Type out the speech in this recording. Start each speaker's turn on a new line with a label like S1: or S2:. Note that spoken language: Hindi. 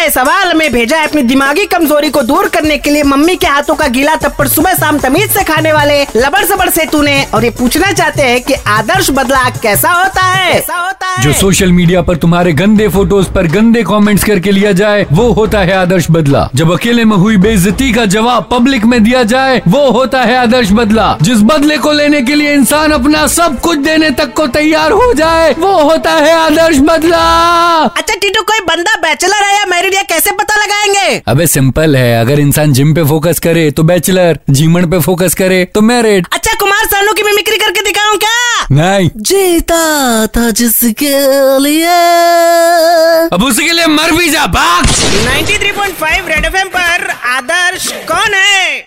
S1: ये सवाल मैं भेजा है अपनी दिमागी कमजोरी को दूर करने के लिए मम्मी के हाथों का गीला थप्पड़ सुबह शाम तमीज से खाने वाले लबड़ सबड़ से तूने और ये पूछना चाहते हैं कि आदर्श बदला कैसा होता है कैसा होता है
S2: जो सोशल मीडिया पर तुम्हारे गंदे फोटोज पर गंदे कमेंट्स करके लिया जाए वो होता है आदर्श बदला जब अकेले में हुई बेइज्जती का जवाब पब्लिक में दिया जाए वो होता है आदर्श बदला जिस बदले को लेने के लिए इंसान अपना सब कुछ देने तक को तैयार हो जाए वो होता है आदर्श बदला
S1: अच्छा टीटू कोई बंदा बैचलर है या मैरिड या कैसे पता लगाएंगे
S2: अबे सिंपल है अगर इंसान जिम पे फोकस करे तो बैचलर जीवन पे फोकस करे तो मैरिड
S1: अच्छा कुमार सानू की मिमिक्री करके दिखाऊं क्या
S2: नहीं
S1: जीता था जिसके लिए
S2: अब उसी के लिए मर भी जा भाग
S3: 93.5 रेड एफएम पर आदर्श कौन है